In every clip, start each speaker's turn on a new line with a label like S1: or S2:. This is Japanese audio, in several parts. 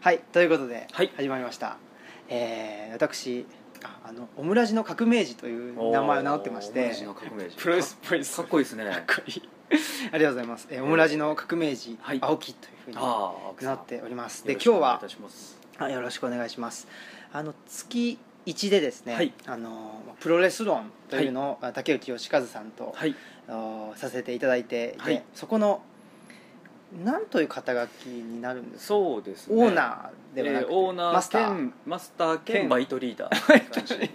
S1: はいということで
S2: はい
S1: 始まりました、えー私あのオムラジの革命児という名前を名乗ってまし
S2: オム
S1: て
S2: ラジの革命児
S1: プロレスっぽいです
S2: かっこいいですねあ
S1: かっこいい ありがとうございます、えーオムラジの革命児、
S2: はい
S1: 青木というふうに
S2: あ青木さん
S1: なっておりますで
S2: よろ
S1: 今日
S2: しくお願いい
S1: は
S2: たします
S1: あよろしくお願いしますあの月1でですね、
S2: はい
S1: あのプロレス論というのを、竹内義和さんと、
S2: はい
S1: あのさせていただいていて、
S2: はい
S1: そこのなんという肩書きになるんですか
S2: そうですね
S1: オーナーではなく
S2: え
S1: て、
S2: ーオーナー
S1: マスター
S2: 兼マスター兼
S1: 兼
S2: バイトリーダーって感じ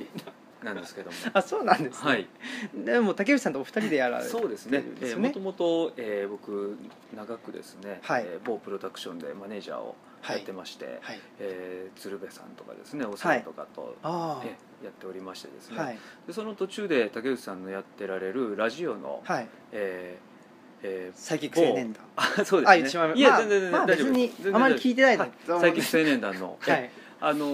S2: なんですけども
S1: あそうなんです、ね
S2: はい
S1: でも竹内さんとお二人でやられてる
S2: そうんで
S1: ですす
S2: ね
S1: ね
S2: えーもともと、えー僕長くですね、
S1: はい
S2: えー某プロダクションでマネージャーをやってまして、
S1: はい
S2: えー鶴瓶さんとかですねお世話とかと、
S1: あ
S2: えーやっておりましてです
S1: あ
S2: ね、
S1: はい
S2: でその途中で竹内さんのやってられるラジオの、
S1: はい
S2: えーえー
S1: サイキック青年団
S2: あそうです
S1: あ
S2: ね
S1: 言ってしまいま
S2: いや、
S1: まあ
S2: 全然全然
S1: まあ
S2: 大丈夫
S1: 別に
S2: 全然
S1: あまり聞いてないと
S2: は
S1: 思
S2: 最
S1: うんで
S2: 近青年団の、
S1: は
S2: え
S1: い
S2: あの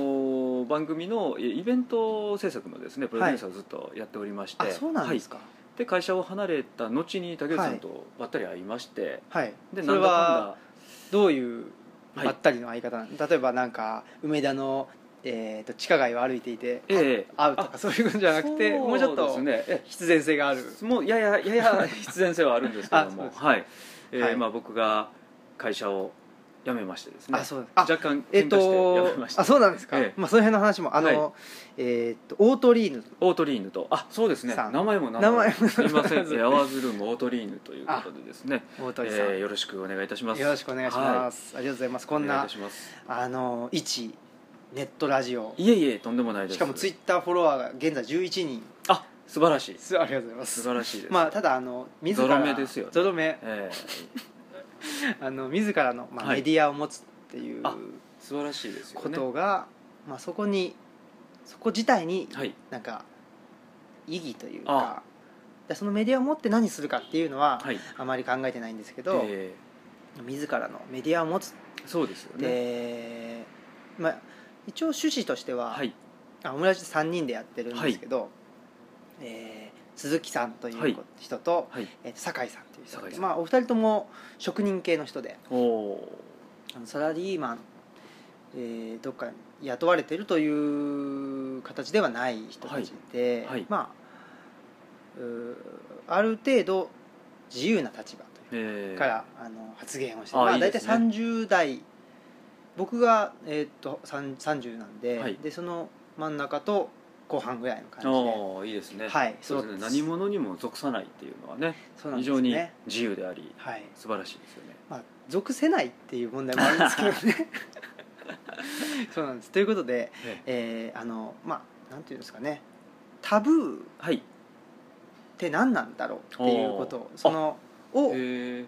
S2: ー番組のえイベント制作のですねプロデューサーをずっとやっておりまして、
S1: あそうなんですか
S2: はいで会社を離れた後に竹内さんとばったり会いまして、
S1: はい
S2: で
S1: それ
S2: なんだ
S1: はどういう
S2: はい
S1: ばったりの相方なの例えばなんか梅田のえーと地下街を歩いていて
S2: かんだええ
S1: 会うとかそういうことじゃなくてもうちょっと
S2: そうですねえ
S1: 必然性がある
S2: もうやややや必然性はあるんですけ ど
S1: あそう
S2: も
S1: です
S2: はい、えー
S1: はい
S2: まあ、僕が会社を辞めましてですね
S1: あそうあ
S2: 若干
S1: え
S2: 喧
S1: っ
S2: 嘩して
S1: と
S2: 辞めました、
S1: あそうなんですか
S2: ええ
S1: まあその辺の話もあ
S2: は
S1: のえっとオートリーヌ
S2: オートリーヌとあそうですね
S1: さん
S2: 名前も名
S1: 名前も
S2: すいませんエアワーズルームオートリーヌということでで すね、
S1: オー
S2: え
S1: トリーヌさ
S2: ーよろしくお願いいたします
S1: んよろしくお願いし
S2: は
S1: ますありがとうございますこん
S2: お願いい
S1: な
S2: たします
S1: あの一ネットラジオ
S2: いえいえとんでもないです
S1: しかもツイッターフォロワーが現在11人
S2: あ素晴らしい
S1: すありがとうございま
S2: 素
S1: す
S2: 晴らしいです、
S1: まあただあの自ら
S2: ゾロ目ですよね
S1: ゾロ目
S2: えー
S1: あの自らの、まあ
S2: はい
S1: メディアを持つっていう
S2: あ素晴らしいですよ
S1: こ
S2: ね
S1: とが、まあ、そこにそこ自体に
S2: はい
S1: なんか意義という
S2: あ
S1: かでそのメディアを持って何するかっていうのは
S2: はい
S1: あまり考えてないんですけど、
S2: え
S1: 自らのメディアを持つ
S2: ーそうですよ
S1: で、
S2: ね
S1: まあ、一応趣旨としては、
S2: はい
S1: あオムラジ3人でやってるんですけど、えー鈴木さんとい
S2: はいう
S1: 人と,、
S2: はい
S1: えーと酒井さんという人
S2: 酒井
S1: で
S2: さん
S1: まあ、お二人とも職人系の人で
S2: おお
S1: あのサラリーマン、えーどっかに雇われてるという形ではない人たちで、
S2: はいはい
S1: まあうーある程度自由な立場という
S2: えー
S1: から、あの発言をして
S2: あ
S1: まあ
S2: いい
S1: 大体
S2: ですね
S1: 30代僕が、えーっとさん30なんで,、
S2: はい
S1: でその真ん中と後半ぐらいの感じで
S2: おーいいですね
S1: はい
S2: そうですね
S1: そう
S2: 何者にも属さないっていうのはね
S1: そうなんで
S2: 非
S1: す
S2: 常
S1: よ
S2: に
S1: ね、
S2: 自由であり
S1: はい
S2: 素晴らしいですよね
S1: まあ、属せないっていう問題もあるんですけど ねそうなんですということで、
S2: え
S1: えーあのまあなんていうんですかねタブーっ
S2: はい
S1: て何なんだろうっていうことをその
S2: え
S1: を
S2: ー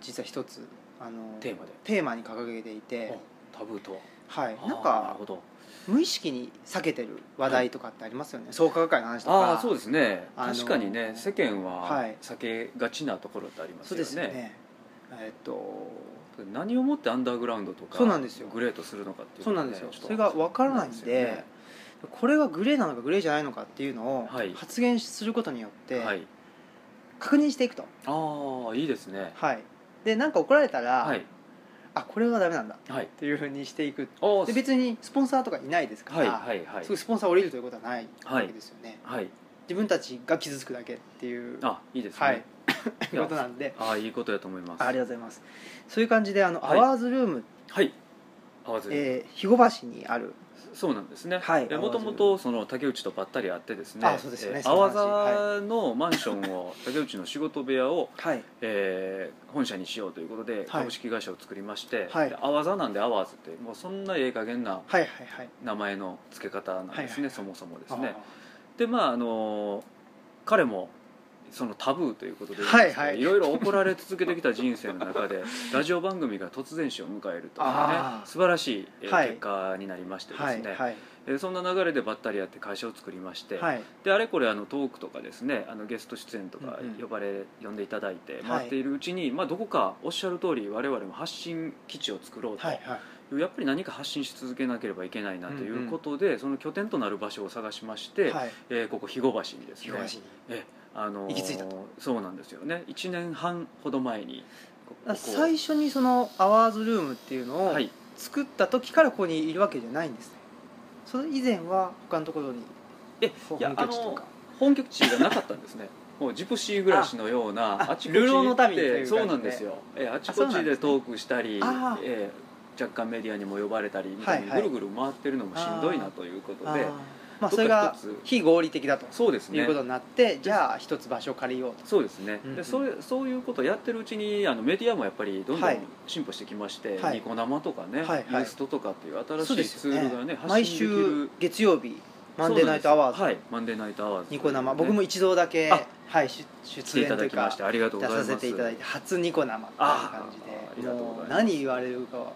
S1: 実は一つあの
S2: テーマで
S1: テーマに掲げていて、
S2: あタブーとは
S1: はい、
S2: あ
S1: な
S2: ー
S1: ん
S2: なる
S1: か
S2: ほど
S1: 無意識に避けてる話題とかってありますよね、創価学会の話とか
S2: ああそうですね
S1: あのー
S2: 確かにね世間は
S1: はい
S2: 避けがちなところってあります
S1: そう
S2: よ
S1: で
S2: ね
S1: すよねえっと
S2: 何をもってアンダーグラウンドとか
S1: そうなんですよ
S2: グレーとするのかっていう
S1: そう
S2: の
S1: な
S2: は
S1: ん
S2: ね
S1: ですよ
S2: ちょっと
S1: それが分からないん
S2: わ
S1: で
S2: かんないで
S1: これがグレーなのかグレーじゃないのかっていうのを
S2: はい
S1: 発言することによっ
S2: すよねは
S1: て
S2: い
S1: 確認していくと
S2: ああいいですね
S1: はいで何か怒られたら、
S2: はい
S1: あこれはダメなんだっ
S2: はい
S1: ていうふうにしていく
S2: ああ
S1: で別にスポンサーとかいないですか
S2: はい
S1: ら、
S2: はいはい
S1: すぐスポンサー降りるということはない
S2: は
S1: わ
S2: い
S1: けですよね、
S2: はい
S1: 自分たちが傷つくだけっていう
S2: あいいですね
S1: はい
S2: い や
S1: ことなんで
S2: ああいいことだと思います
S1: あありがとうございますそういう感じであの、
S2: はい
S1: アワーズルーム、
S2: はい合わずに
S1: えー、肥後橋にある
S2: そうなんですね、
S1: はい
S2: もともとその竹内とばったり会ってですね
S1: あそうですよね
S2: えー
S1: その話
S2: 阿波座のマンションを竹内の仕事部屋を、
S1: はい
S2: えー本社にしようということで、株式会社を作りまして、
S1: はい
S2: でアワザなんでアワーズってもうそんなええ加減な
S1: はいはいはい
S2: 名前の付け方なんです
S1: は
S2: ね、
S1: いはい
S2: そもそもですねでまああのー彼もそのタブーということで言うんですけど、
S1: はいはい
S2: ろいろ怒られ続けてきた人生の 中でラジオ番組が突然死を迎えるというね
S1: あー
S2: 素晴らしい、えー
S1: はい
S2: 結果になりましてですね、
S1: はいはい
S2: えーそんな流れでばったりやって会社を作りまして、
S1: はい
S2: であれこれあのトークとかですねあのゲスト出演とか
S1: うんうん
S2: 呼ばれ、呼んでいただいて
S1: い
S2: 回っているうちに、まあ、どこかおっしゃる通り我々も発信基地を作ろうと、
S1: はいはい
S2: やっぱり何か発信し続けなければいけないなということで、その拠点となる場所を探しまして、
S1: はい
S2: えーここ肥後橋にです
S1: 肥
S2: ね
S1: 後橋に
S2: あのー
S1: 行き着いたと
S2: そうなんですよね1年半ほど前にここ
S1: 最初にそのアワーズルームっていうのを
S2: はい
S1: 作った時からここにいるわけじゃないんですねそれ以前は他のところに
S2: えい
S1: 本
S2: や
S1: 拠
S2: あ
S1: 地という
S2: の
S1: か
S2: 本拠地がなかったんで すねもうジプシー暮らしのような
S1: あ
S2: あちこち
S1: 流浪の
S2: 行っ
S1: 民という感
S2: て
S1: じで
S2: そうなんですよえあち
S1: あそ
S2: こ
S1: うなん
S2: ち
S1: で
S2: です
S1: ね
S2: トークしたり、
S1: あー
S2: え若干メディアにも呼ばれたりみたいに
S1: はいはい
S2: ぐるぐる回ってるのもしんどいなということで、
S1: あーまあ
S2: どっか一つ
S1: それが非合理的だと
S2: そうです
S1: い
S2: ね
S1: うことになってじゃあ一つ場所を借りようと
S2: そうですね、
S1: うんうん
S2: でそういうそういうことをやってるうちにあのメディアもやっぱりどんど
S1: はい
S2: ん進歩してきまして、
S1: はい
S2: ニコ生とかね、
S1: はいはい
S2: ユーストとかっていう
S1: そう
S2: 新
S1: で
S2: しい
S1: す
S2: ツ
S1: よ
S2: ー
S1: ね
S2: ルがね発
S1: 毎
S2: 信できる
S1: 週月曜日マンデーナイトアワーズ、
S2: そうなんですよはいマンデーナイトアワーズ
S1: ニコ生僕も一度だけ、
S2: あ
S1: はい、出
S2: 来
S1: 出
S2: てい
S1: 演
S2: た
S1: とい
S2: だ
S1: う
S2: きま
S1: か
S2: してありがとう
S1: 出
S2: ございま
S1: さ
S2: す
S1: せていただいて初ニコ生っていう感じ
S2: あーあり
S1: で
S2: がとう
S1: も
S2: ございます
S1: う何言われるかは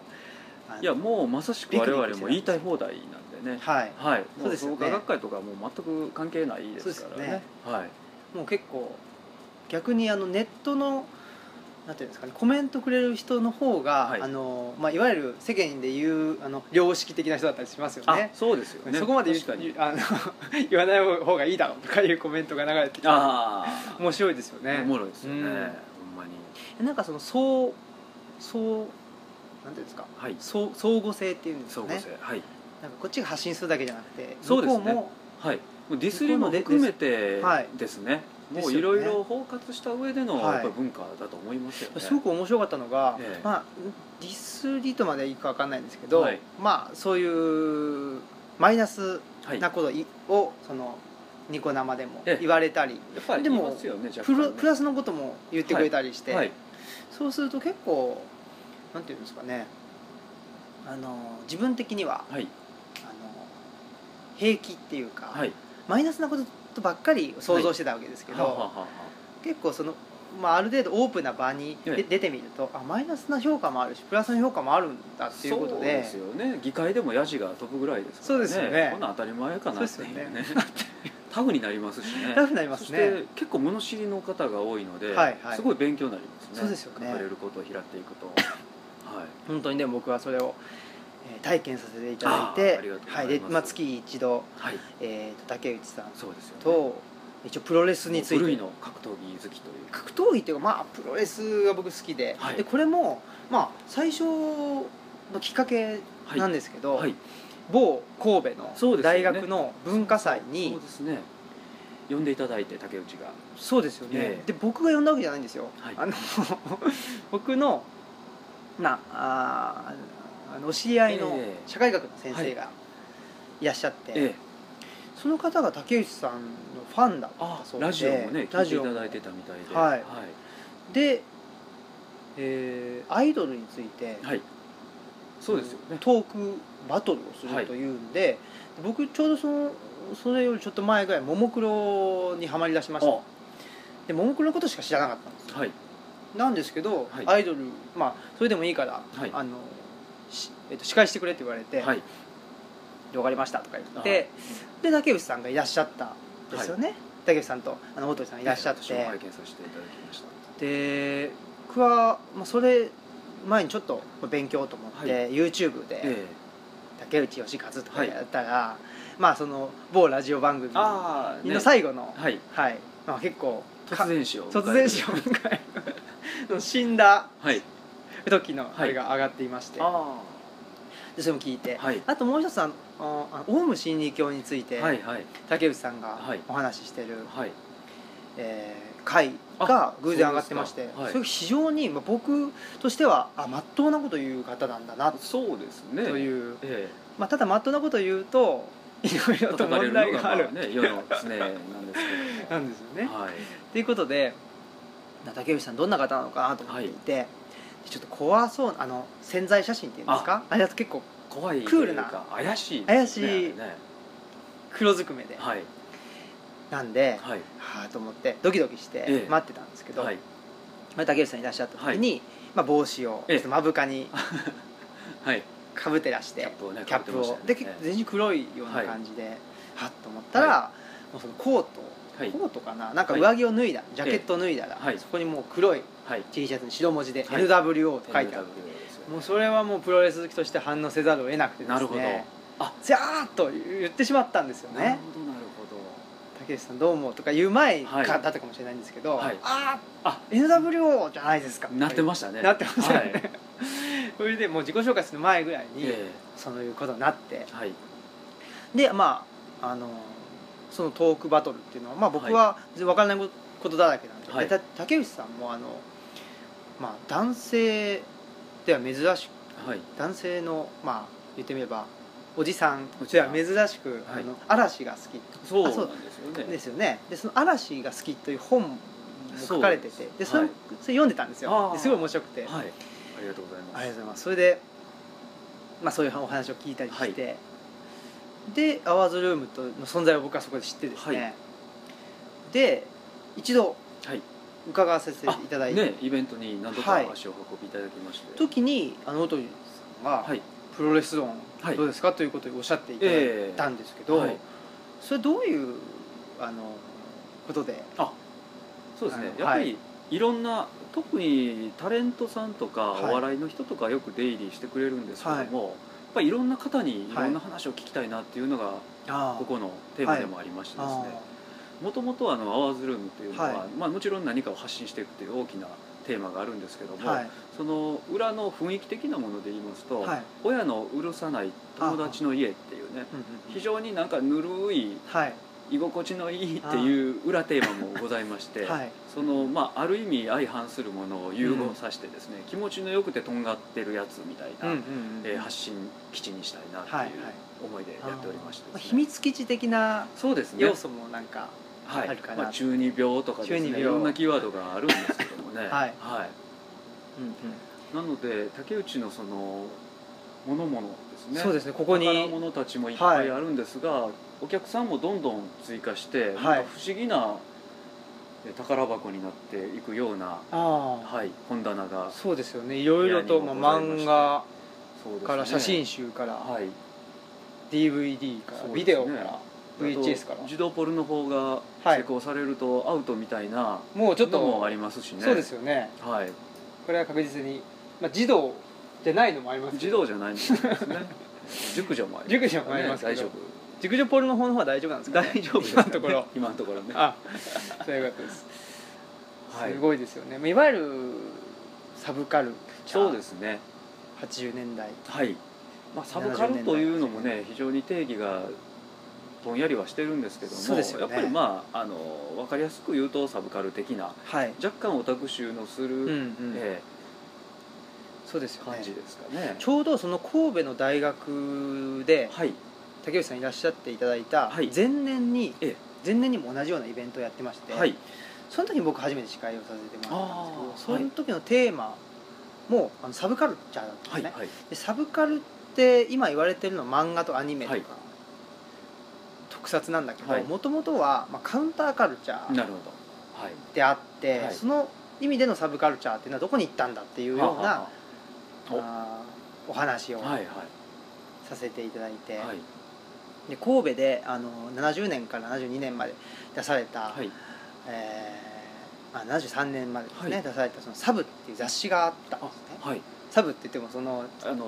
S1: あの
S2: いやもうまさしく我々も言いたい放題なんでね
S1: はい
S2: はい
S1: そうですよね
S2: も創価学会とかはもう全く関係ないですか
S1: そうで
S2: らね
S1: すよね
S2: はい
S1: もう結構逆にあのネットのなんていうんですかねコメントくれる人の方が、
S2: はい
S1: いあのまあ、いわゆる世間でいうあの良識的な人だったりしますよ
S2: あ
S1: ね
S2: そうですよね
S1: そこまで言う
S2: 確かに
S1: あの 言わない方がいいだろうとかいうコメントが流れてきて
S2: ああ
S1: 面白いですよね
S2: おもろいですよね
S1: う
S2: ほん
S1: ん
S2: まに
S1: なんかそのそうそうなんていうんですか
S2: はい
S1: そう相互性っていうんです
S2: 相
S1: か
S2: 互
S1: ね
S2: 性はい
S1: なんかこっちが発信するだけじゃなくて
S2: そうですね
S1: 向こ
S2: はいもうディスりも含めて
S1: はい
S2: ですね
S1: です
S2: も
S1: よ
S2: う
S1: ね
S2: いろいろ包括した上での
S1: はい
S2: やっぱり文化だと思いますよ
S1: も
S2: ね
S1: すごく面白かったのが、
S2: ええ
S1: まあ、ディスリートまではいいか分かんないんですけど、
S2: はい
S1: まあそういうマイナス
S2: はい
S1: な
S2: や
S1: こといをそのニコ生でも
S2: ええ
S1: 言われたり、
S2: っぱり
S1: で
S2: 言い
S1: も
S2: ますよね若
S1: プ
S2: 干
S1: ロ
S2: ね
S1: プラスのことも言ってくれたりして、
S2: はい
S1: そうすると結構なんていうんですかねあの自分的には
S2: はい
S1: あの平気っていうか、
S2: はい
S1: マイナスなことばっかり想像してたわけですけど、
S2: はあはあはあ
S1: 結構その、まあ、ある程度オープンな場にで
S2: ええ
S1: 出てみるとあマイナスな評価もあるしプラスの評価もあるんだっていうこと
S2: そ
S1: で
S2: うですよね議会でもヤジが飛ぶぐらいですからね
S1: そうですよね
S2: こんなん当たり前かなっていうね
S1: そうで
S2: タフになりますしね
S1: ラフになります
S2: そし
S1: ね
S2: て結構物知りの方が多いので、
S1: はいはい
S2: すごい勉強になりますね
S1: そうですよね
S2: 書かれることを拾っていくとはい
S1: 本当にでも僕はそれを、えー体験させていただいて
S2: あーありがとうございます
S1: はいでまあ、月一度、
S2: はい
S1: えー、と竹内さん
S2: そうですよね
S1: と一応プロレスについ
S2: 古い
S1: て
S2: の格闘技好きという
S1: 格闘技っていうか、まあ、プロレスが僕好きで,、
S2: はい
S1: でこれも、まあ、最初のきっかけ
S2: はい
S1: なんですけど、
S2: はい
S1: 某神戸
S2: そう
S1: の
S2: ですよ
S1: 大
S2: ね
S1: 学の文化祭に
S2: そうですね呼んでいただいて竹内が
S1: そうですよね、
S2: ええ
S1: で僕が呼んだわけじゃないんですよ、
S2: はい
S1: あの 僕のなあーあのお知り合いの
S2: ええ
S1: 社会学の先生がいらっしゃって、
S2: ええ
S1: その方が竹内さんのファンだった
S2: あ
S1: そうで
S2: ラジオもね聞
S1: ラ
S2: いて
S1: ジ
S2: い
S1: オも
S2: ただいてたみたいで
S1: は
S2: はい
S1: で、えーアイドルについて、
S2: はいそうですよね
S1: トークバトルをす
S2: は
S1: る
S2: い
S1: というんで、僕ちょうどそのそれよりちょっと前ぐらいももクロにはまりだしましたでももクロのことしか知らなかったんですよ
S2: はい
S1: なんですけど、
S2: はい
S1: アイドル、まあ、それでもいいから、
S2: はい
S1: あのしえっと司会してくれって言われて「
S2: はい
S1: でわかりました」とか言ってで竹内さんがいらっしゃったんですよね、竹内さんとあの大鳥さんがいらっしゃっ
S2: 私も拝
S1: て
S2: 見させていただきました
S1: で僕は、まあ、それ前にちょっと勉強と思って、
S2: は
S1: YouTube で、
S2: ええ
S1: 竹内義和とかやったら、まあその某ラジオ番組の
S2: ああ、ね、
S1: 最後の、
S2: はい
S1: はいまあ、結構か
S2: 突然死を迎える
S1: 突然死を迎 える死んだ
S2: はい
S1: 時のあれが上がっていまして、
S2: あ
S1: でそれも聞いて、
S2: はい
S1: あともう一つあのあのオウム真理教につい
S2: あ
S1: て、
S2: はいはい
S1: 竹内さんが
S2: はい
S1: お話ししてる、
S2: はい
S1: えー回が偶然上がってまして
S2: そう
S1: そ,、
S2: ですかはい
S1: れが非常に、まあ、僕としてはあまっとうなこと言う方なんだな
S2: そうですね
S1: と
S2: う、
S1: いう、
S2: え
S1: まあ、ただまっとうなこと言うといろい
S2: え、
S1: ろと問題がある
S2: 叩かれるのがまあね世の常なんです け
S1: なんですよね。
S2: どもはい
S1: ということで竹内さんどんな方なのかなと思っていて、でちょっと怖そうなあの潜在写真っていうんですかあれだと結構
S2: 怖い
S1: クールな
S2: というか怪しいですね
S1: 怪しい
S2: あれね
S1: 黒ずくめで、
S2: はい
S1: なんで、は
S2: はい
S1: あと思ってドキドキして
S2: ええ
S1: 待ってたんですけど、
S2: はい
S1: まあ竹内さんいらっしゃった時に、まあ、帽子をち
S2: え
S1: ょ
S2: え
S1: っと目深に
S2: はい
S1: かぶってらし
S2: キャ
S1: て
S2: ッ、プをね
S1: キャップを、で
S2: 被
S1: 結構
S2: ってましたよね
S1: 全身黒いような感じで、はっと思ったら、もうそのコート、
S2: はい
S1: コートかななんか上着を脱いだ、ジャケットを脱いだら、
S2: はい
S1: そこにもう黒い
S2: はい
S1: T シャツに白文字で「
S2: はい
S1: LWO」って書いてある
S2: LWO ですよ
S1: もうそれはもうプロレス好きとして反応せざるを得なくてですね
S2: なるほどあ
S1: じゃあと言ってしまったんですよ
S2: なる
S1: ね
S2: ほどなるほど
S1: 「竹内さんどうも」とか言う前か、
S2: はい
S1: だったかもしれないんですけど「
S2: はい
S1: ああ
S2: あ
S1: NWO じゃないですか」
S2: なってま
S1: し
S2: したね
S1: なってましたよね
S2: はい
S1: それでもう自己紹介する前ぐらいに
S2: え
S1: そういうことになって
S2: えはい
S1: でまああのそのトークバトルっていうのは、まあ、僕は分からないことだらけなんで,で、
S2: はい
S1: た竹内さんもあの、まあ、男性では珍しく
S2: はい
S1: 男性のまあ言ってみればおじさんでは珍しく、
S2: はい
S1: あの嵐が好き
S2: そう
S1: あそう
S2: なんですよね
S1: ですよねでその「嵐が好き」という本も書かれてて
S2: そう
S1: で
S2: です
S1: それ,、
S2: はい
S1: それ読んでたんですよ
S2: あー
S1: ですごい面白くて、
S2: はいありがとうございます
S1: ありがとうございますそれで、まあ、そういうお話を聞いたりして、でアワーズルームとの存在を僕はそこで知ってですね、
S2: はい
S1: で一度
S2: はい
S1: 伺わせていただいた
S2: ねイベントに何度か足をお運びいただきまして
S1: 時にあの音さんが、
S2: はい
S1: プロレス論
S2: はい
S1: どうですか、ということをおっしゃっていただい
S2: ええ
S1: たんですけど、
S2: はい
S1: それどういうあのことで
S2: あそうですね
S1: あの
S2: やっぱ
S1: は
S2: りいろんな特にタレントさんとか
S1: はい
S2: お笑いの人とかよく出入りしてくれるんですけどもやっぱりいろんな方にいろんな話を聞きたいなっていうのが
S1: こ
S2: ここのテーマでもありましてですねもともとあのアワーズルームっていうのは、
S1: は
S2: まあ、もちろん何かを発信していくという大きなテーマがあるんですけども、
S1: はい
S2: その裏の雰囲気的なもので言いますと、
S1: はい、
S2: 親のうるさない友達の家っていうね
S1: うんうんう
S2: 非
S1: ん
S2: 常になんかぬるい
S1: はい
S2: 居心地のいいっていう裏テーマもございまして、
S1: はい
S2: そのまあ、ある意味相反するものを融合させてですね、気持ちのよくてとんがってるやつみたい
S1: うん
S2: な、
S1: うんうん
S2: えー発信基地にしたいなっていう思いでやっておりまして
S1: まあ
S2: ですね
S1: 秘密基地的な
S2: そうですね
S1: 要素もなんか、
S2: はい
S1: あるかな
S2: まあ、中二病とかです
S1: 中二
S2: ね
S1: 病
S2: いろんなキーワードがあるんですけどもね
S1: はい
S2: いなので竹内のそのものものですね
S1: そうですねここに
S2: 宝物たちもいっぱいあるんですが、お客さんもどんどん追加して、
S1: はい
S2: なんか不思議なえ宝箱になっていくような、
S1: あ
S2: はい、本棚が
S1: あそうですよねいろいろと、
S2: 部屋にも
S1: まあ、
S2: ございまし
S1: 漫
S2: て
S1: 画
S2: そうですね
S1: から写真集から、
S2: はい
S1: DVD から、
S2: そうですね
S1: ビデオから
S2: あと
S1: VHS から
S2: 児童ポルノ法が
S1: はい
S2: 施行されるとアウトみたいな
S1: もうちょっと
S2: のもありますしね
S1: そうですよね
S2: はい
S1: これは確実に、まあ、児童じゃないのもありますけ
S2: 児
S1: ど
S2: 童じゃないんですね熟女もあります
S1: 熟女もありますけど
S2: 大丈夫
S1: 熟女ポールの方の方は大丈夫なんですか、ね、
S2: 大丈夫です
S1: 今のとこ ろ
S2: 今のところね
S1: あそういうことです、
S2: はい
S1: すごいですよねまあいわゆるサブカル
S2: そうですね
S1: 80年代
S2: はい、まあ、サブカルというのもね非常に定義がぼんやりはしてるんですけども
S1: そうですよね
S2: やっぱりまああの分かりやすく言うとサブカル的な
S1: はい、
S2: 若干オタク臭のする、
S1: うんうん
S2: え
S1: そうです
S2: え
S1: よね
S2: 感じですかね
S1: ちょうどその神戸の大学で
S2: はい
S1: 竹内さんいらっしゃっていただいた
S2: はい
S1: 前年に、
S2: え
S1: 前年にも同じようなイベントをやってまして、
S2: はい
S1: その時に僕初めて司会をさせてもらったんですけど
S2: あー
S1: その時のテーマもあのサブカルチャーだったんで
S2: は
S1: すね、
S2: いはい
S1: でサブカルって今言われてるのは漫画とアニメとか、
S2: はい
S1: 特撮なんだけ
S2: はい
S1: どもともとは、まあ、カウンターカルチャ
S2: な
S1: ー
S2: るほどはい
S1: であって、
S2: はい
S1: その意味でのサブカルチャーっていうのはどこに行ったんだっていうような
S2: は
S1: あーお話を
S2: ははいはい
S1: させていただいて、
S2: はい
S1: で神戸であの70年から72年まで出された、
S2: はい
S1: えーあ73年までですね、
S2: はい
S1: 出されたそのサブっていう雑誌があったんですね
S2: はい
S1: サブって言ってもその
S2: あの
S1: あの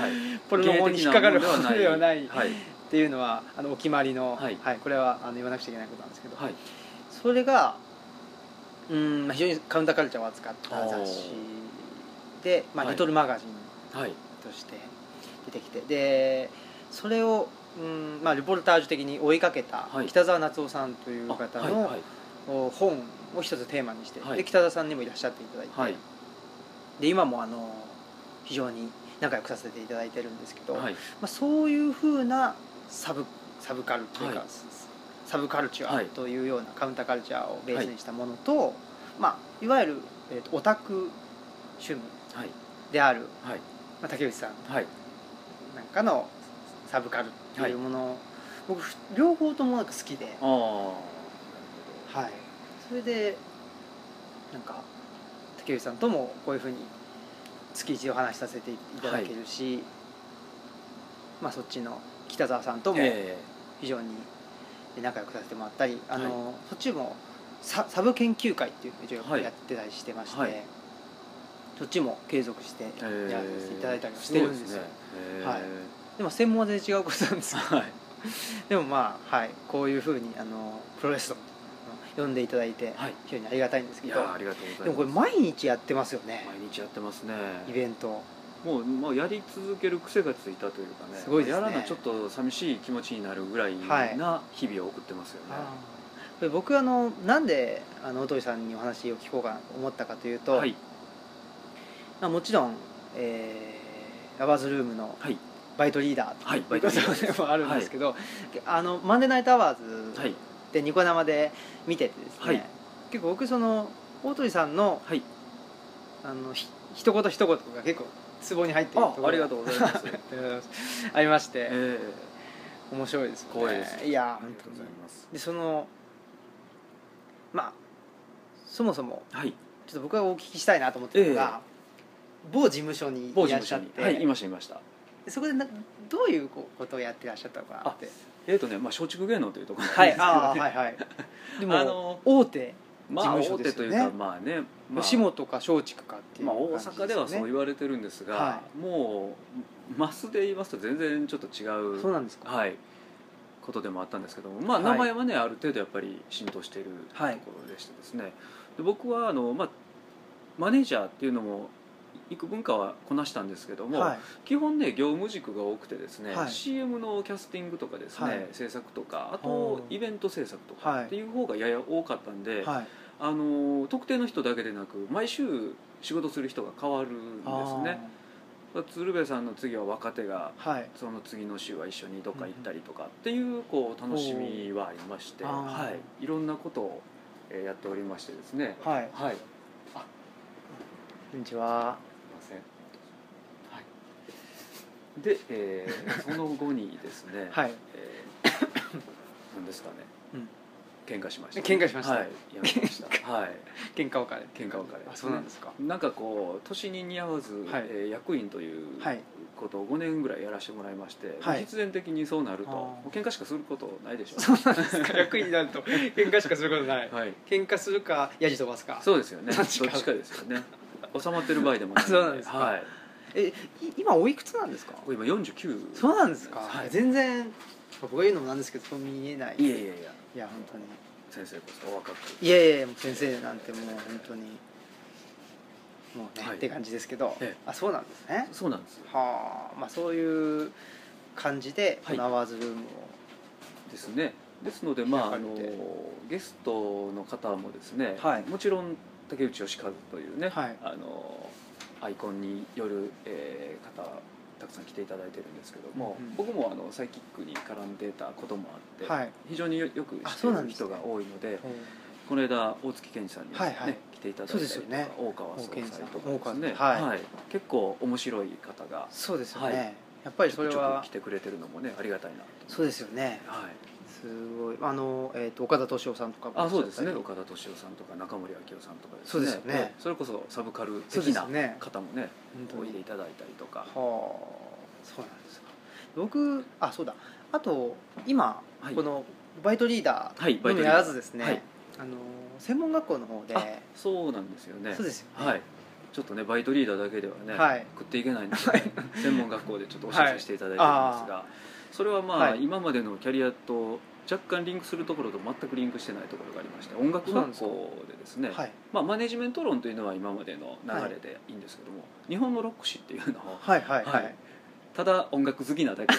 S2: はい
S1: ポルノ法に引っかかるものではない
S2: はい
S1: っていうのはあのお決まりの、
S2: はい
S1: これはあの言わなくちゃいけないことなんですけど、
S2: はい
S1: それがうんまあ非常にカウンターカルチャーを扱った雑誌で、まあ、
S2: はい
S1: リトルマガジン
S2: はい
S1: として出てきてでそれをうん、まあ、リポルタージュ的に追いかけた
S2: はい
S1: 北澤夏夫さん という方
S2: はいは
S1: の
S2: い
S1: お本を一つテーマにして、
S2: はい
S1: で北澤さんにもいらっしゃっていただいて、
S2: はい
S1: で今もあの非常に仲良くさせていただいてるんですけど、
S2: はい
S1: まあ、そういうふうなサブサブカルというか、
S2: はい
S1: サブカルチャ
S2: は
S1: ー
S2: い
S1: というようなカウンターカルチャーをベースにしたものと、いまあ、いわゆる、えーとオタク趣味
S2: はい
S1: である、
S2: はい
S1: まあ、竹内さん
S2: はい
S1: なんかのサブカルというもの、僕両方ともなんか好きで、
S2: ああ
S1: はい、それでなんか竹内さんともこういうふうに月一でお話しさせていただけるし、まあ、そっちの北澤さんとも、
S2: え
S1: 非常に仲良くさせてもらったりあの、そっちもササブ研究会っていうのを一応
S2: はい
S1: やってたりしてまして、
S2: はい
S1: そっちも継続して
S2: えええ
S1: やらせていただいたりはしてるんですよ
S2: ごいね
S1: はい
S2: え
S1: でも専門は全然違うことなんですけど
S2: えはい
S1: でもまあ、はい、こういうふうにあのプロレスと呼んでいただいて
S2: はい
S1: 非常にありがたいんです
S2: い
S1: けど、
S2: やあありがとうございます
S1: でもこれ毎日やってますよね
S2: 毎日やってますね
S1: イベント
S2: もうもうやり続ける癖がついたというかね
S1: すごいですね
S2: やらなちょっと寂しい気持ちになるぐらい
S1: はい
S2: な日々を送ってますよね。
S1: で僕あのなんであのおとりさんにお話を聞こうかなと思ったかというと、
S2: はい、
S1: まあ、もちろん、えー、ラバーズルームの
S2: はい
S1: バイトリーダー
S2: はい
S1: ということでもあるんですけど、あのマンデーナイトアワーズ
S2: はい
S1: でニコ生で見ててですね、
S2: はい
S1: 結構僕その大鳥さんの
S2: はい、
S1: あのひ一言一言が結構ツボに入ってるところ
S2: あありがとうございます
S1: ありがとうございますありまして、
S2: ええ
S1: 面白いです、ね、
S2: 光栄です
S1: いや
S2: ありがとうございます。
S1: でそのまあそもそも
S2: はい、
S1: ちょっと僕がお聞きしたいなと思ってたのが、某事務所に
S2: 某
S1: い
S2: 事
S1: らっ
S2: 務
S1: しゃ
S2: 所
S1: っ
S2: に
S1: て、
S2: はいいましたいました。
S1: そこでなどういうこことをやってらっしゃったのかなって
S2: えっ、とねまあ松竹芸能というところなん
S1: はい
S2: ですけど
S1: ああはいはい でも
S2: あの
S1: 大手、
S2: まあ
S1: 事務所
S2: 大
S1: で
S2: 手
S1: す
S2: と
S1: よ
S2: い
S1: ね
S2: うかまあね、まあ、
S1: 吉本か松竹かっていう
S2: まあ、
S1: 感
S2: 大
S1: じすね
S2: 阪ではそう言われてるんですが、
S1: は
S2: もうマスで言いますと全然ちょっと違う
S1: そうなんですか
S2: はい、ことでもあったんですけども、まあ、
S1: はい
S2: 名前はね、ある程度やっぱり浸透しているとこ
S1: はい
S2: ろでしてですね、で僕はあの、まあ、マネージャーっていうのも幾分かはこなしたんですけども、
S1: はい
S2: 基本ね業務軸が多くてですね、
S1: はい
S2: CM のキャスティングとかですね、
S1: はい
S2: 制作とかあ
S1: ほ
S2: と
S1: う
S2: イベント制作と
S1: は
S2: か
S1: い
S2: っていう方がやや多かったんで、
S1: はい
S2: あの特定の人だけでなく毎週仕事する人が変わるんですね鶴瓶さんの次は若手が
S1: あーはい
S2: その次の週は一緒にどっか行ったりとかっていうこう楽しみはありまして、
S1: あー
S2: はい、いろんなことをえーやっておりましてですね
S1: はい
S2: はいすい
S1: こんにちは
S2: ませんはいで、えー その後にですね、
S1: はい
S2: え ーなんですかね、
S1: うん
S2: 喧嘩しました、
S1: 喧嘩しました
S2: はい、やめましたはい
S1: 喧嘩別れ
S2: 喧嘩別れ
S1: あそうなんですか
S2: なんかこう年に似合わず、
S1: はい
S2: えー役員という
S1: はい
S2: ことを5年ぐらいやらせてもらいまして、
S1: はい
S2: 必然的にそうなると
S1: あー
S2: もう喧嘩しかすることないでしょ
S1: そうなんですか役員になると喧嘩しかすることない
S2: はい、
S1: 喧嘩するかやじ飛ばすか
S2: そうで すよね
S1: ど
S2: ど
S1: っ
S2: っ
S1: ちか
S2: ちかですよね収まってる場合でもない
S1: あ そうなんですか
S2: はい、
S1: えい今おいくつなんですか
S2: これ今49
S1: そうなんですか、
S2: はい、
S1: 全然僕が言うのもなんですけどそう見えない
S2: いやいやいや
S1: いや本当に
S2: 先生こそお若く
S1: いやいやいやもう先生なんてもう本当にもうね、
S2: はい
S1: って感じですけど、
S2: ええ
S1: あそうなんですね
S2: そうなんです
S1: はあまあそういう感じで
S2: はい
S1: ナワーズルームを
S2: ですねですのでまああ
S1: 開か
S2: の
S1: れて
S2: ゲストの方もですね、
S1: はい
S2: もちろん竹内義和というね、
S1: はい
S2: あのアイコンによる、えー方たくさん来ていただいてるんですけども、
S1: うん
S2: 僕もあのサイキックに絡んでたこともあって、
S1: はい
S2: 非常によよく
S1: あ
S2: 知って
S1: そうなん
S2: る
S1: ですね
S2: 人が多いのでこの間大月健二さんに、ね
S1: はいはい
S2: 来ていただいた
S1: そう
S2: り
S1: で
S2: と
S1: す
S2: か、
S1: よね
S2: 大川総裁とかですね
S1: 大川さんはい
S2: 結構面白い方が
S1: そうですよね、
S2: はい
S1: やっぱりそれ
S2: ちょく
S1: は
S2: ちょく来てくれてるのもねありがたいなと
S1: そうですよね
S2: はい
S1: すごいあの、えー、と岡田敏夫さんとかも
S2: あそうですね
S1: いらっしゃっ
S2: 岡田敏夫さんとか中森明夫さんとかですね
S1: そうですよね
S2: はいそれこそサブカル
S1: そう
S2: 的
S1: です
S2: な
S1: ね
S2: 方も
S1: た
S2: ね
S1: り本
S2: お
S1: 当
S2: い
S1: に
S2: でいただいたりとか
S1: はあそうなんですか僕あそうだあと今、
S2: はい
S1: このバイトリーダ
S2: はい
S1: ー
S2: バ
S1: のみ
S2: イトリー
S1: な
S2: ダー
S1: らずですね、
S2: はい
S1: あの専門学校の方で
S2: あそうなんですよね
S1: そうですよね、
S2: はいちょっとねバイトリーダーだけではね、
S1: はい
S2: 食っていけないんで、ね、専門学校でちょっとお知らせしていただいてるんですが、それはまあ、
S1: はい
S2: 今までのキャリアと若干リンクするところと全くリンクしてないところがありまして音楽学校でですね
S1: はい
S2: まあ、マネジメント論というのは今までの流れでいいんですけども、日本のロック史っていうのを
S1: はいはいは
S2: はいいただ音楽好きな だけで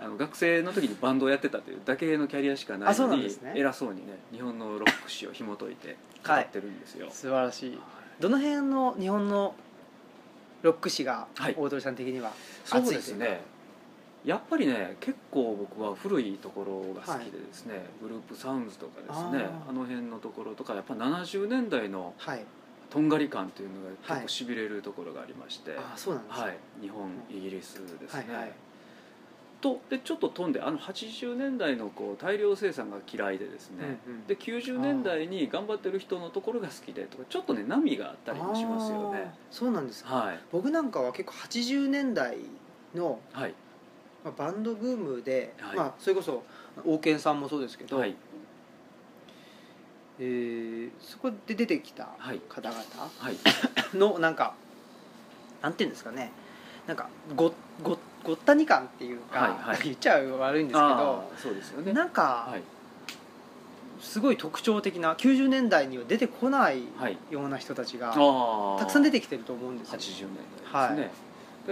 S2: あの学生の時にバンドをやってたというだけのキャリアしかな
S1: あ
S2: い
S1: そうな
S2: の
S1: ん
S2: に、
S1: ですね
S2: 偉そうにね日本のロック史を紐解いて語ってるんですよ、
S1: 素晴らしいどの辺の日本のロック史が
S2: はい
S1: 大鳥さん的には、
S2: そうですねやっぱりね結構僕は古いところが好きでですね、グループサウンズとかですね
S1: あー
S2: あの辺のところとかやっぱ70年代の
S1: はい
S2: とんがり感というのが
S1: は
S2: 結
S1: い
S2: 構しびれるところがありまして、
S1: あそうなんですね、
S2: はい、日本イギリスですね、
S1: はいはい
S2: とでちょっと飛んであの80年代のこう大量生産が嫌いでですね、
S1: うんうん
S2: で90年代に頑張ってる人のところが好きでとかちょっとね波があったりもしますよね
S1: あーそうなんですか
S2: はい
S1: 僕なんかは結構80年代の、
S2: はい
S1: まあ、バンドブームで、
S2: はい
S1: まあ、それこそ王健さんもそうですけど、
S2: はい
S1: えーそこで出てきた
S2: はい
S1: 方々
S2: はい
S1: のなんかなんていうんですかねなんかごごごったに感っていうか、
S2: はいはい
S1: 言っちゃ悪いんですけ
S2: あ
S1: ど
S2: ーそうですよね
S1: なんか
S2: はい
S1: すごい特徴的な90年代には出てこない
S2: はい
S1: ような人たちが
S2: あ
S1: たくさん出
S2: て
S1: てきてると思うんですよ、
S2: 80年代ですね、
S1: はい
S2: だ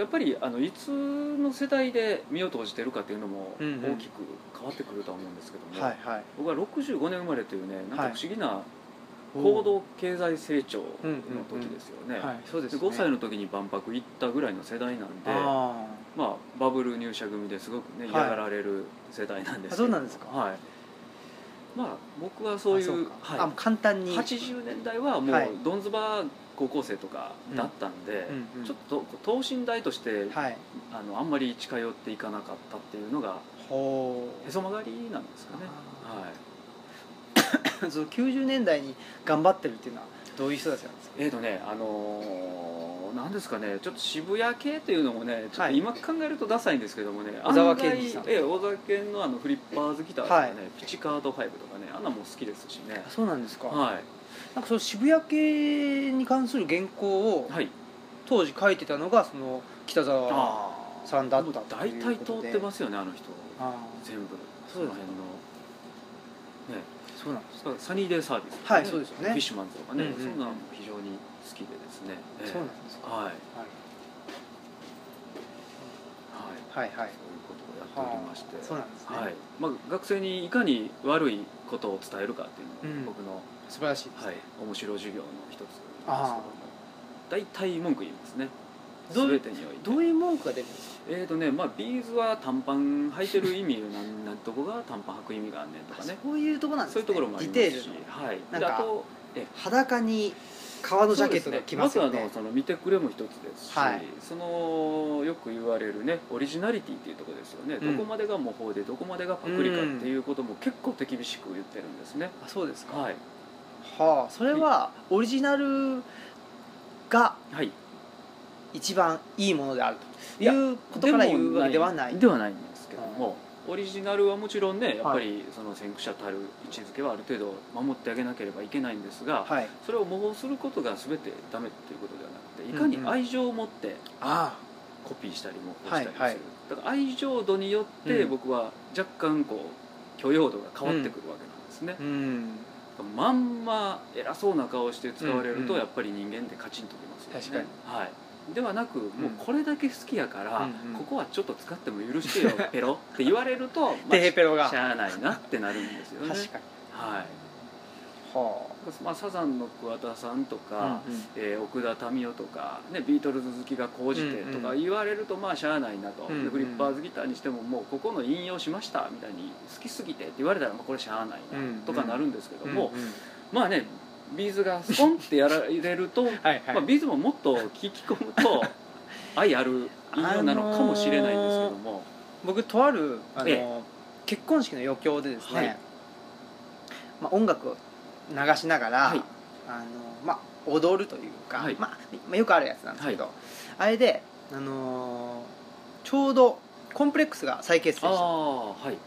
S2: やっぱりあのいつの世代で身を投じてるかっていうのも
S1: うんうん
S2: 大きく変わってくるとは思うんですけども、
S1: はいはい
S2: 僕は65年生まれというねなんか不思議な
S1: おー
S2: 高度経済成長の時ですよね、
S1: はいそうで
S2: です
S1: ね
S2: 5歳の時に万博行ったぐらいの世代なんで
S1: あ
S2: まあ、バブル入社組ですごく
S1: は
S2: ね
S1: い
S2: 嫌がられる世代なんですけど、
S1: あそうなんですか
S2: はい、まあ僕は
S1: ー
S2: そう
S1: あ
S2: いう
S1: か
S2: はい
S1: あもう簡単に
S2: 80年代はもう
S1: はい
S2: ドンズバ高校生とかだったんで、
S1: うんうん
S2: ちょっと等身大として、
S1: はい
S2: あのあんまり近寄っていかなかったっていうのが
S1: ほ
S2: へそ曲がりなんですかね、
S1: あ
S2: はい、
S1: うその90年代に頑張ってるっていうのはどういう人たちなんですか
S2: えーとねあのーなんですかねちょっと渋谷系というのもねちょっ
S1: は
S2: と
S1: い
S2: 今考えるとダサいんですけどもね
S1: 小沢健二さん
S2: 案外ええ小沢健のあのフリッパーズギターとかね、
S1: はい
S2: ピチカード5とかねあんなもん好きですしね
S1: あそうなんですか、
S2: は
S1: なんかその渋谷系に関する原稿を
S2: いはい
S1: 当時書いてたのがその北沢
S2: あ
S1: さんだったと
S2: 大
S1: いうことで
S2: 体通ってますよねあの人
S1: あー
S2: 全部
S1: そうですね
S2: の辺のね
S1: そうなんです
S2: だからサニーデイサービスとか
S1: はいそうですよね
S2: フィッシュマンズとかね、
S1: うんうん
S2: そんなのも非常に好きでですね、ええ
S1: そうなんですか
S2: はい
S1: は
S2: はい
S1: いはいはい
S2: そういうことをやっておりまして、
S1: はあそうなんですね
S2: はいまあ、学生にいかに悪いことを伝えるかってい
S1: う
S2: う
S1: ん
S2: のが僕の、
S1: 素晴らしいです、
S2: はい、面白い授業の一つなんですけど
S1: あ
S2: も大体文句言いますね
S1: どういう
S2: 全てにおいて
S1: どういう文句が出るんですか
S2: えーとねまあ、ビーズは短パン履いてる意味なんなんとこが短パン履く意味があんねんとかね
S1: そういうところなんです
S2: そう
S1: ね
S2: いうところもあります
S1: ディ
S2: し
S1: テールの
S2: はい、
S1: なん
S2: で
S1: か
S2: あと
S1: 裸に革のジャケットが着ますよ
S2: そうで
S1: ね
S2: ねまずあのその見てくれも一つですし、
S1: はい
S2: そのよく言われるねオリジナリティっていうところですよね、
S1: うん
S2: どこまでが模倣でどこまでがパクリかっていうことも結構手厳しく言ってるんですね、
S1: あそうですか
S2: はい
S1: はあそれはオリジナルが
S2: はい
S1: 一番いいものであると
S2: い
S1: い
S2: や
S1: うことから言うわけではない
S2: ではないんですけども、オリジナルはもちろんねやっぱ
S1: は
S2: りその先駆者たる位置づけはある程度守ってあげなければいけないんですが、
S1: はい
S2: それを模倣することが全てダメっていうことではなくていかに
S1: うんうん
S2: 愛情を持って、
S1: あ
S2: コピーしたりもしたりする、
S1: はいはい
S2: だから愛情度によって
S1: うん
S2: 僕は若干こう許容度が変わってくるわけなんですね
S1: あ、うん
S2: まんま偉そうな顔して使われる
S1: うんう
S2: と
S1: ん
S2: やっぱり人間ってカチンときますよね
S1: 確
S2: はい、ではなくもうこれだけ好きやから、
S1: うんうん
S2: ここはちょっと使っても許してよ ペロって言われると、まあ
S1: デヘペロが
S2: しゃあないなってなるんですよね
S1: 確かに
S2: はい
S1: は
S2: まあ、サザンの桑田さんとか
S1: あ、、うんうん
S2: えー奥田民生とか、ね、ビートルズ好きが高じてと
S1: うん
S2: か
S1: うん
S2: 言われるとまあしゃあないなと、
S1: うんうん
S2: でフリッパーズギターにしてももうここの引用しましたみたいに好きすぎてって言われたらまあこれしゃあない
S1: うんうん
S2: なとかなるんですけども、
S1: うんうん
S2: まあねビーズがスコンってやられると、
S1: はいはい、
S2: まあ、ビーズももっと聞き込む と愛ある引用なのかもしれないんですけども、
S1: 僕とあるあの、
S2: え
S1: 結婚式の余興でですね、
S2: はい
S1: まあ、音楽を流しながら、
S2: はい
S1: あのまあ、踊るというか、
S2: はい
S1: まあまあ、よくあるやつなんですけど、あれで、あのーちょうどコンプレックスが再結成
S2: あ
S1: した
S2: あはい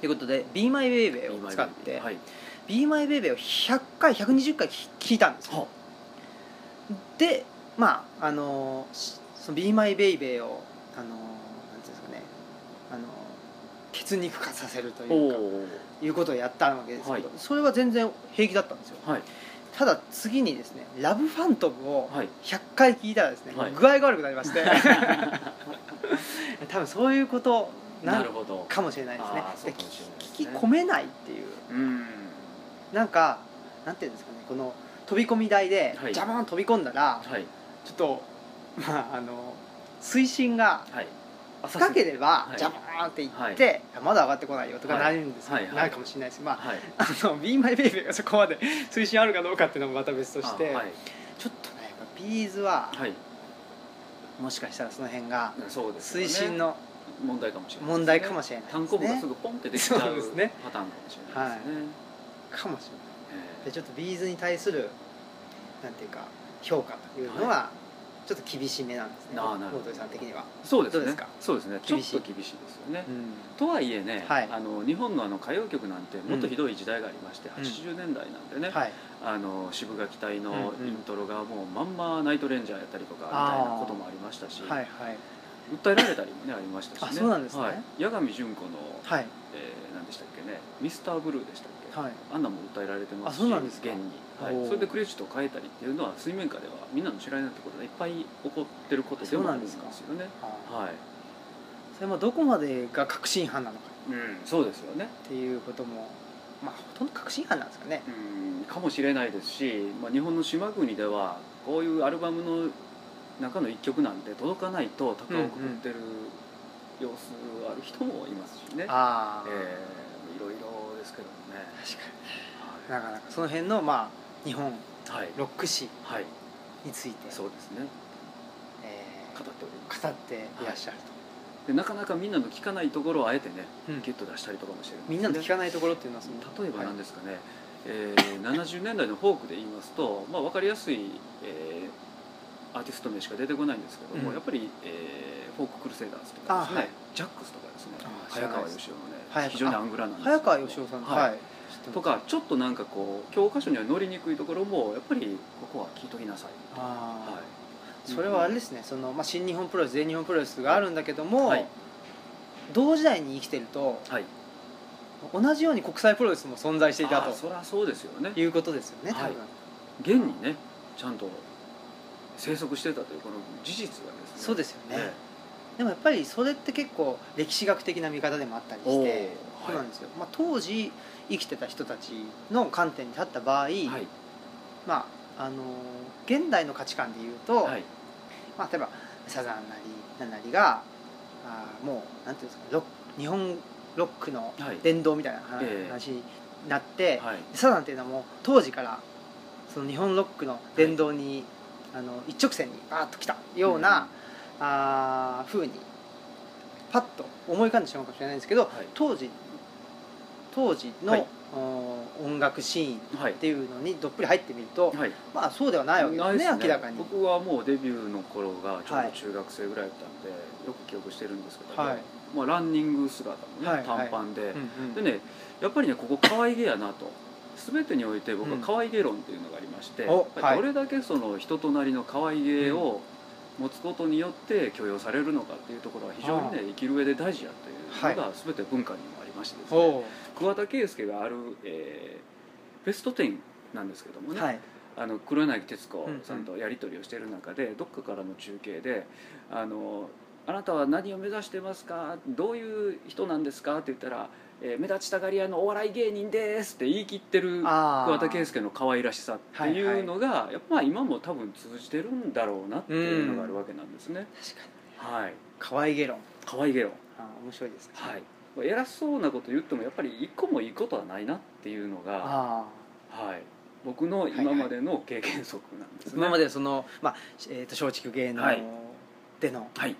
S1: ということで「BeMyBaby」を使って「BeMyBaby」を100回120回聞聞いたんですよ
S2: は
S1: でまああのしその「BeMyBaby」をあのなんていうんですかねあの血肉化させると
S2: お
S1: いうか
S2: お
S1: いうことをやったわけですけど、
S2: は
S1: それは全然平気だったんですよ
S2: はい
S1: ただ次にですね「ラブファントム」を
S2: はい
S1: 100回聞いたらですね、
S2: はい
S1: 具合が悪くなり まして多分そういうことな
S2: な
S1: の
S2: るほど
S1: かもしれないですね
S2: あーそう
S1: で
S2: かもしれないですね
S1: 聞き込めないっていう
S2: うん
S1: なんかなんていうんですかねこの飛び込み台で
S2: はい
S1: ジャバーン飛び込んだら、
S2: はい
S1: ちょっとまああの水深が
S2: はい
S1: 深ければ
S2: はい
S1: ジャバーンっていって、まだ上がってこないよとかなるんですよ、
S2: はいはいはい
S1: なるかもしれないですまあ
S2: はい
S1: あの「BeMyBaby」がそこまで推進あるかどうかっていうのもまた別として、
S2: あはい
S1: ちょっとねやっぱビーズは、
S2: はい、
S1: もしかしたらその辺が
S2: そうですよね
S1: 推進の
S2: 問題かもしれない、
S1: 問題かもしれないですね
S2: 単行部がすぐポンってできちゃうパタ
S1: そ
S2: ー
S1: う
S2: ン
S1: ですね
S2: かもしれないですね。
S1: かもしれない
S2: え
S1: でちょっとビーズに対するなんていうか評価というのはちょっと厳しめなんですね
S2: あーなるほ
S1: 大
S2: ど
S1: 鳥さん的には、
S2: えそうです
S1: どう
S2: ね。
S1: ですか
S2: そうですね。ちょっ
S1: 厳しい
S2: と厳しいですよね。とはいえね、
S1: はい
S2: あの日本のあの歌謡曲なんてもっとひどい時代がありまして、
S1: うん
S2: 80年代なんでね、
S1: はい
S2: あの渋垣隊の
S1: うんうん
S2: イントロがもうまんまナイトレンジャーやったりとかみたいなこともありましたし、
S1: はいはい
S2: 訴えられたりもねありましたしね
S1: あそうなんですね
S2: はい、八神純子の、
S1: はい
S2: えー何でしたっけねミスターブルーでしたっけ、
S1: はい
S2: あんなも訴えられてますし
S1: あそうなんですか
S2: 現に、
S1: お
S2: はい、
S1: ー
S2: それでクレジットを変えたりっていうのは水面下ではみんなの知らないところでいっぱい起こってることでもあるんですよね
S1: あ
S2: はい、
S1: それもどこまでが確信犯なのか
S2: うん、そうですよね
S1: っていうこともまあほとんど確信犯なんですかね
S2: うんかもしれないですし、まあ、日本の島国ではこういうアルバムの中の一曲なんて届かないと高をくぐってる様子ある人もいますしね、
S1: ああ、
S2: えーいろいろですけどもね
S1: 確かになかなかその辺のまあ日本
S2: はい
S1: ロック史
S2: はい
S1: について、
S2: そうですね
S1: えー
S2: 語っております
S1: 語っていらっしゃる
S2: でなかなかみんなの聞かないところをあえてね
S1: と、うん
S2: ギュッと出したりとかもしてる
S1: みんなの聞
S2: か
S1: かないところっていうのはその
S2: 例えば何
S1: で
S2: ですかね、えー70年代のフォークで言いますと、まあ、分かりやすい、えーアーティスト名しか出てこないんですけども、
S1: うん
S2: やっぱり、えーフォーククルセイダーズとかですね、
S1: あはい
S2: ジャックスとかですね
S1: あ
S2: 早川
S1: 知らないです
S2: 義雄の
S1: 早
S2: ね
S1: 川
S2: 非常にアングラなんですけど
S1: 早川義雄さんの
S2: はい
S1: 知ってます
S2: とかちょっとなんかこう教科書には載りにくいところもやっぱりここは聞いときなさい、
S1: あー
S2: はい、
S1: それはあれですねその、まあ、新日本プロレス全日本プロレスがあるんだけども、
S2: はい
S1: 同時代に生きてると
S2: はい
S1: 同じように国際プロレスも存在していた
S2: あー
S1: と
S2: そりゃそうですよね
S1: いうことですよね多分、
S2: はい現にねちゃんと生息してたというこの事実がですね
S1: そうですすよね、
S2: ね
S1: でもやっぱりそれって結構歴史学的な見方でもあったりし
S2: おー
S1: て
S2: はい
S1: そうなんですよ、まあ、当時生きてた人たちの観点に立った場合、
S2: はい
S1: まああのー現代の価値観で言うと、
S2: はい
S1: まあ、例えばサザンなりなんなりがあーもうなんていうんですかロック日本ロックの
S2: はい
S1: 殿堂みたいな話
S2: ええ
S1: 話になって、
S2: はい
S1: サザンっていうのはもう当時からその日本ロックの殿堂に、あの一直線にバーッと来たような、あー風にパッと思い浮かんでしまうかもしれないんですけど、
S2: はい
S1: 当時当時の、
S2: はい
S1: うん音楽シーンっ
S2: はい
S1: ていうのにどっぷり入ってみると、
S2: はい
S1: まあそうではないわけですね
S2: ない
S1: 明らかに。
S2: 僕はもうデビューの頃がちょう
S1: は
S2: ど
S1: い
S2: 中学生ぐらいだったんで、よく記憶してるんですけど、
S1: はい
S2: まあ、ランニング姿もね、
S1: はい
S2: 短パンで、
S1: うんう
S2: で
S1: ん
S2: ねやっぱりねここ可愛げやなと全てにおいて僕は
S1: うん
S2: 可愛げ論っていうのがありまして、
S1: お
S2: やっぱり
S1: はい
S2: どれだけその人となりの可愛げを持つことによって許容されるのかっていうところは非常にね生きる上で大事やというのが全て文化にもありましてですね、
S1: お
S2: 桑田佳祐がある、えーベスト10なんですけども
S1: う
S2: ね、
S1: はい
S2: あの黒柳徹子さんとやり取りをしている中で、どっかからの中継で「あのあなたは何を目指してますかどういう人なんですか?」って言ったら、えー目立ちたがり屋のお笑い芸人です」って言い切ってる
S1: あー
S2: 桑田佳祐の可愛らしさっていうのが、やっぱ今も多分通じてるんだろうなっていうのがあるわけなんですね。
S1: 確かに
S2: はい
S1: 可愛げ論
S2: 可愛げよ
S1: あー面白いですね
S2: はい偉そうなこと言ってもやっぱり一個もいいことはないなっていうのが、
S1: ああ
S2: はい、僕の今までの経験則なんですね。
S1: 今までその、まあえー、と松竹芸能
S2: はい
S1: での、
S2: はい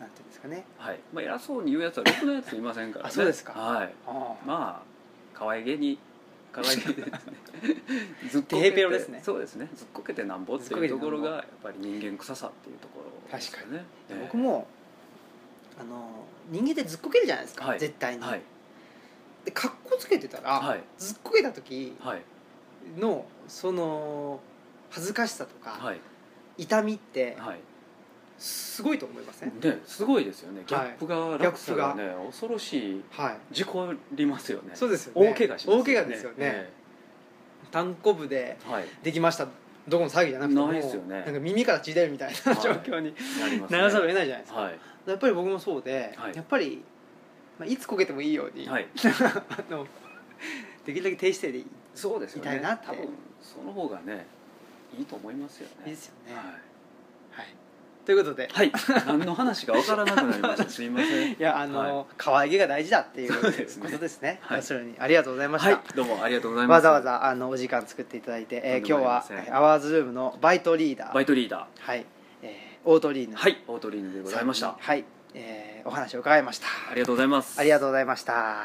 S1: なんていうんですかね
S2: はいまあ、偉そうに言うやつはろくなやついませんから、ね、
S1: あそうですか
S2: はい
S1: ああ
S2: まあ可愛げに可愛げで ですねずっ
S1: ヘペロですね
S2: そうですねずっこけてなんぼっていうところがやっぱり人間臭さっていうところですよね
S1: 僕もあの人間ってずっこけるじゃないですか、
S2: はい
S1: 絶対に、
S2: はい
S1: でかっこつけてたら、
S2: はい
S1: ずっこけた時
S2: はい
S1: のその恥ずかしさとか、
S2: はい
S1: 痛みって
S2: はい
S1: すごいと思いません、
S2: ねすごいですよねギャップが落差がね、恐ろしい
S1: はい
S2: 事故りますよね
S1: そうですよね
S2: 大怪我しますよね
S1: 大怪我ですよね、
S2: え
S1: 単行部で
S2: えはい
S1: できましたどこの騒ぎじゃなくても
S2: ないですよね
S1: なんか耳から血出るみたいな
S2: はい
S1: 状況に
S2: なります
S1: な
S2: ね
S1: らざるを得ないじゃないですか、
S2: は
S1: やっぱり僕もそうで、
S2: はい
S1: やっぱり、まあ、いつこけてもいいよう
S2: い
S1: に、
S2: はい
S1: あの できるだけ低姿勢でいい
S2: そうですよね
S1: 痛いなって
S2: 多分その方がねいいと思いますよね
S1: いいですよね、はい
S2: は
S1: ということで
S2: い、はい、何の話か分からなくなり ましたすいません
S1: いやあの、
S2: は
S1: 可愛げが大事だっていう
S2: そうですね
S1: ことですね
S2: はい
S1: 要するにありがとうございました、
S2: はいどうもありがとうございます
S1: わざわざあのお時間作っていただいて、えー
S2: とんで
S1: 今
S2: も
S1: 日
S2: あ
S1: は
S2: りません
S1: えーアワーズルームのバイトリーダー
S2: バイトリーダ
S1: はい、えー、オートリー
S2: ー
S1: ナ
S2: はいオートリーヌでございました
S1: はい、えーお話を伺いました
S2: ありがとうございます
S1: ありがとうございました